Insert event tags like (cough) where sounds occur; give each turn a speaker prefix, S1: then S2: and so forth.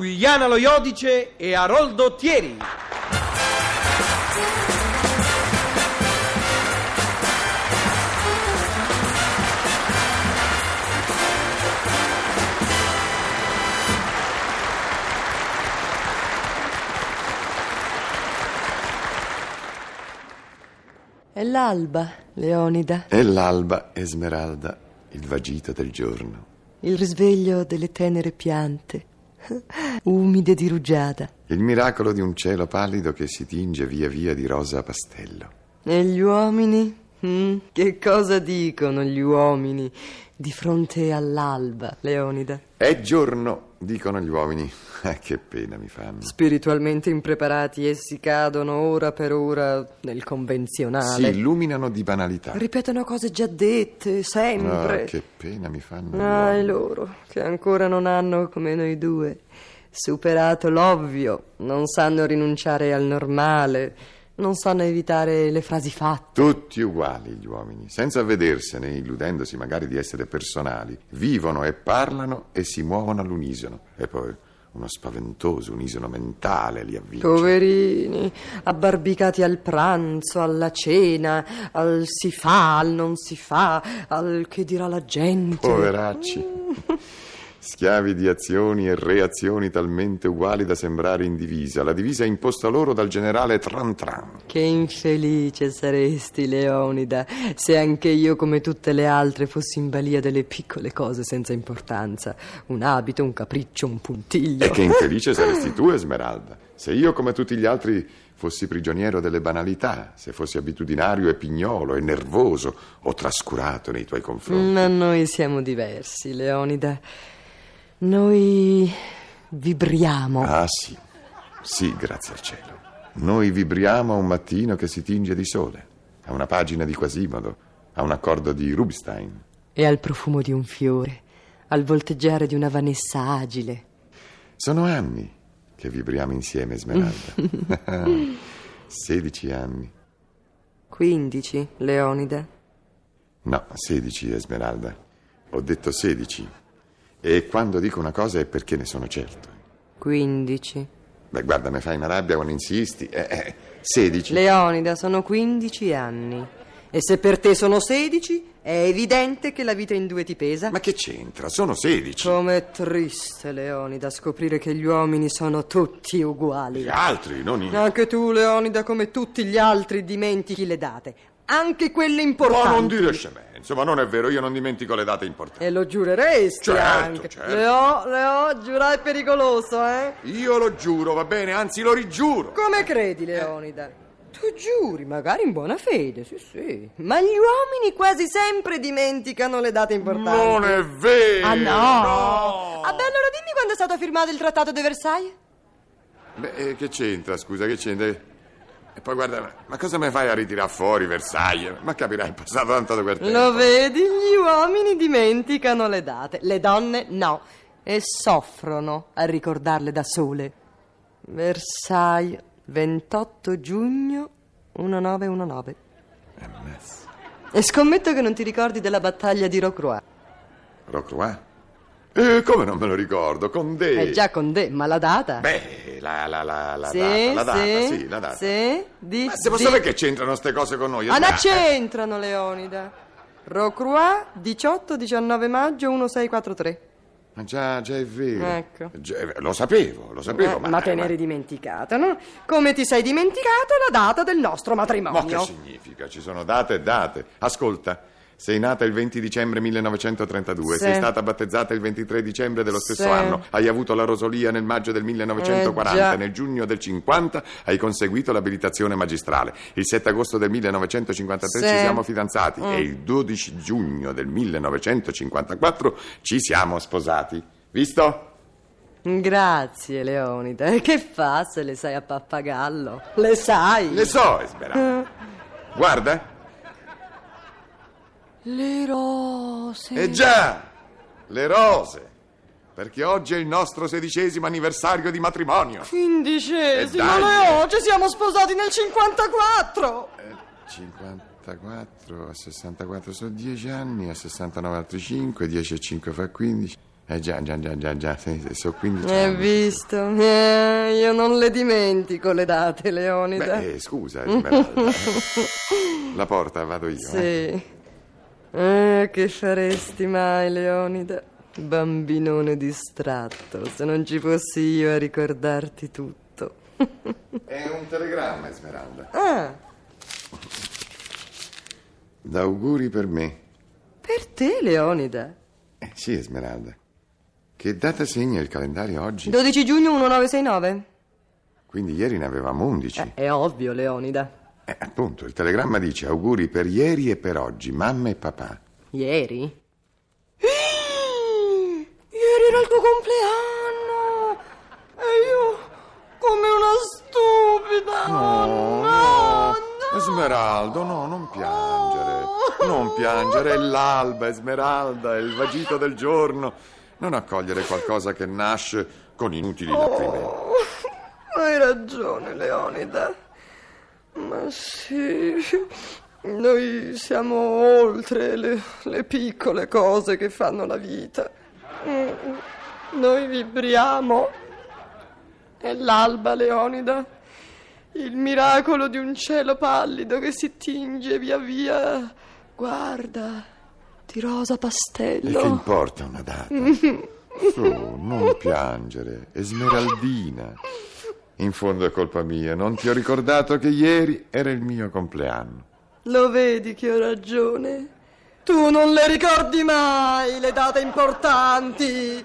S1: Giuliana Loiodice e Aroldo Thieri.
S2: È l'alba, Leonida,
S3: È l'alba Esmeralda, il vagito del giorno.
S2: il risveglio delle tenere piante, (laughs) umide di rugiada,
S3: Il miracolo di un cielo pallido che si tinge via via di rosa a pastello.
S2: E gli uomini? Mm, che cosa dicono gli uomini di fronte all'alba, Leonida?
S3: È giorno, dicono gli uomini. (laughs) Ah, che pena mi fanno.
S2: Spiritualmente impreparati, essi cadono ora per ora nel
S3: Si
S2: convenzionale.
S3: illuminano di banalità.
S2: Ripetono cose già dette,
S3: Ah,
S2: sempre.
S3: che pena mi fanno. gli
S2: Ah, e
S3: uomini.
S2: loro, che ancora non hanno, come noi due, superato l'ovvio, non sanno rinunciare al normale, non sanno evitare le frasi fatte.
S3: Tutti uguali gli uomini, senza vedersene, illudendosi magari di essere personali. Vivono e parlano e si muovono all'unisono. E poi uno spaventoso unisono mentale li avvince.
S2: Poverini, abbarbicati al pranzo, alla cena, al si fa, al non si fa, al che dirà la gente.
S3: Poveracci. Schiavi di azioni e reazioni talmente uguali da sembrare in divisa. La divisa imposta loro dal generale Tran Tran.
S2: Che infelice saresti, Leonida, se anche io, come tutte le altre, fossi in balia delle piccole cose senza importanza. Un abito, un capriccio, un puntiglio.
S3: E che infelice saresti tu, Esmeralda. Se io, come tutti gli altri, fossi prigioniero delle banalità, se fossi abitudinario e pignolo e nervoso o trascurato nei tuoi confronti.
S2: Ma noi siamo diversi, Leonida. Noi vibriamo.
S3: Ah sì, sì, grazie al cielo. Noi vibriamo a un mattino che si tinge di sole, a una pagina di Quasimodo, a un accordo di Rubinstein.
S2: E al profumo di un fiore, al volteggiare di una vanessa agile.
S3: Sono anni che vibriamo
S2: (laughs)
S3: insieme, Esmeralda. (laughs) 16 anni.
S2: 15, Leonida.
S3: No, 16, Esmeralda. Ho detto 16. E quando dico una cosa è perché ne sono certo.
S2: 15.
S3: Beh, guarda, mi fai una rabbia quando insisti. Eh, eh, 16.
S2: Leonida, sono 15 anni. E se per te sono 16, è evidente che la vita in due ti pesa.
S3: Ma che c'entra? Sono 16.
S2: Com'è triste, Leonida, scoprire che gli uomini sono tutti uguali.
S3: Gli altri, non i...
S2: Anche tu, Leonida, come tutti gli altri, dimentichi le date. Anche quelle
S3: Ma
S2: importanti.
S3: non dire scemenze, Insomma, non è vero, io non dimentico le date importanti.
S2: E lo giureresti
S3: Certo,
S2: anche.
S3: certo.
S2: Leo, Leo, giurare è pericoloso, eh?
S3: Io lo giuro, va bene, anzi lo rigiuro.
S2: Come credi, Leonida? Tu giuri, magari in buona fede, sì, sì. Ma gli uomini quasi sempre dimenticano le date importanti.
S3: Non è vero.
S2: Ah, no!
S3: no.
S2: Ah, beh, allora dimmi quando è stato firmato il trattato di Versailles?
S3: Beh, eh, che c'entra, scusa, che c'entra? E poi guarda, ma- ma cosa mi fai a ritirare fuori Versailles? Ma capirai, è passato tanto da quel tempo.
S2: Lo vedi? Gli uomini dimenticano le date, le donne no. E soffrono a ricordarle da sole. Versailles, 28 giugno 1919.
S3: Ammazza.
S2: E scommetto che non ti ricordi della battaglia di Rocroi.
S3: Rocroi? Eh, come non me lo ricordo? Con De...
S2: È Eh, già con te, ma la data?
S3: Beh, la, la, la, la
S2: Sì,
S3: data, la data,
S2: sì,
S3: sì, la data.
S2: Sì, di...
S3: Ma se posso
S2: di- Ah,
S3: sapere che c'entrano queste cose con noi?
S2: Ma non
S3: Esmeralda?
S2: c'entrano, Leonida. Rocroi, 18-19 maggio 1643.
S3: Ma già, già è vero.
S2: Ecco.
S3: Già è vero, lo sapevo, lo sapevo,
S2: Eh,
S3: ma...
S2: ma te ne eri dimenticato, no? Come ti sei dimenticato la data del nostro
S3: Ma che
S2: matrimonio?
S3: significa? Ci sono date e date. Ascolta, sei nata il 20 dicembre 1932,
S2: Sì.
S3: sei stata battezzata il 23 dicembre dello stesso
S2: Sì.
S3: anno, hai avuto la rosolia nel maggio del
S2: Eh, già.
S3: 1940, nel giugno del 50 hai conseguito l'abilitazione magistrale, il 7 agosto del 1953
S2: Sì. Mm.
S3: ci siamo fidanzati e il 12 giugno del 1954 ci siamo sposati. Visto?
S2: Grazie, Leonida. E (laughs) Che fa se le sai a pappagallo? Le sai?
S3: Le so, Esmeralda.
S2: Mm.
S3: Guarda.
S2: Le rose.
S3: E Eh già, le rose, perché oggi è il nostro sedicesimo anniversario di matrimonio.
S2: Quindicesimo,
S3: E Eh dai.
S2: Leo, ci siamo sposati nel 54!
S3: Eh, 54 a 64 sono 10 anni, a 69 altri 5, 10 e 5 fa 15. Eh già, già, già, già, già, sì, sì, sono 15
S2: Hai
S3: anni.
S2: visto? Eh, io non le dimentico le date, Leonida.
S3: Beh, eh,
S2: (laughs)
S3: scusa, Esmeralda. eh. La porta, vado io. eh.
S2: Sì. Eh, che faresti mai, Leonida? Bambinone distratto, se non ci fossi io a ricordarti tutto.
S3: È un telegramma, Esmeralda.
S2: Ah,
S3: D'auguri per me.
S2: per te, Leonida.
S3: Eh, sì, Esmeralda. Che data segna il calendario oggi?
S2: 12 giugno 1969.
S3: Quindi ieri ne avevamo 11.
S2: Eh, è ovvio, Leonida.
S3: Eh, appunto, il telegramma dice auguri per ieri e per oggi, mamma e papà.
S2: (gasps) Ieri? Ieri era il tuo compleanno! E io, come una stupida! Oh,
S3: Esmeralda, no, non piangere. Non piangere, è l'alba, Esmeralda, è il vagito del giorno. Non accogliere qualcosa che nasce con inutili lacrime.
S2: Hai ragione, Leonida. Ma sì, noi siamo oltre le, le piccole cose che fanno la vita. Mm, Noi vibriamo. È l'alba, Leonida. Il miracolo di un cielo pallido che si tinge via via. Guarda, di rosa
S3: E che
S2: pastello.
S3: importa una data? Su, non piangere, Esmeraldina. In fondo è colpa mia, non ti ho ricordato che ieri era il mio compleanno.
S2: Lo vedi che ho ragione? Tu non le ricordi mai le date importanti.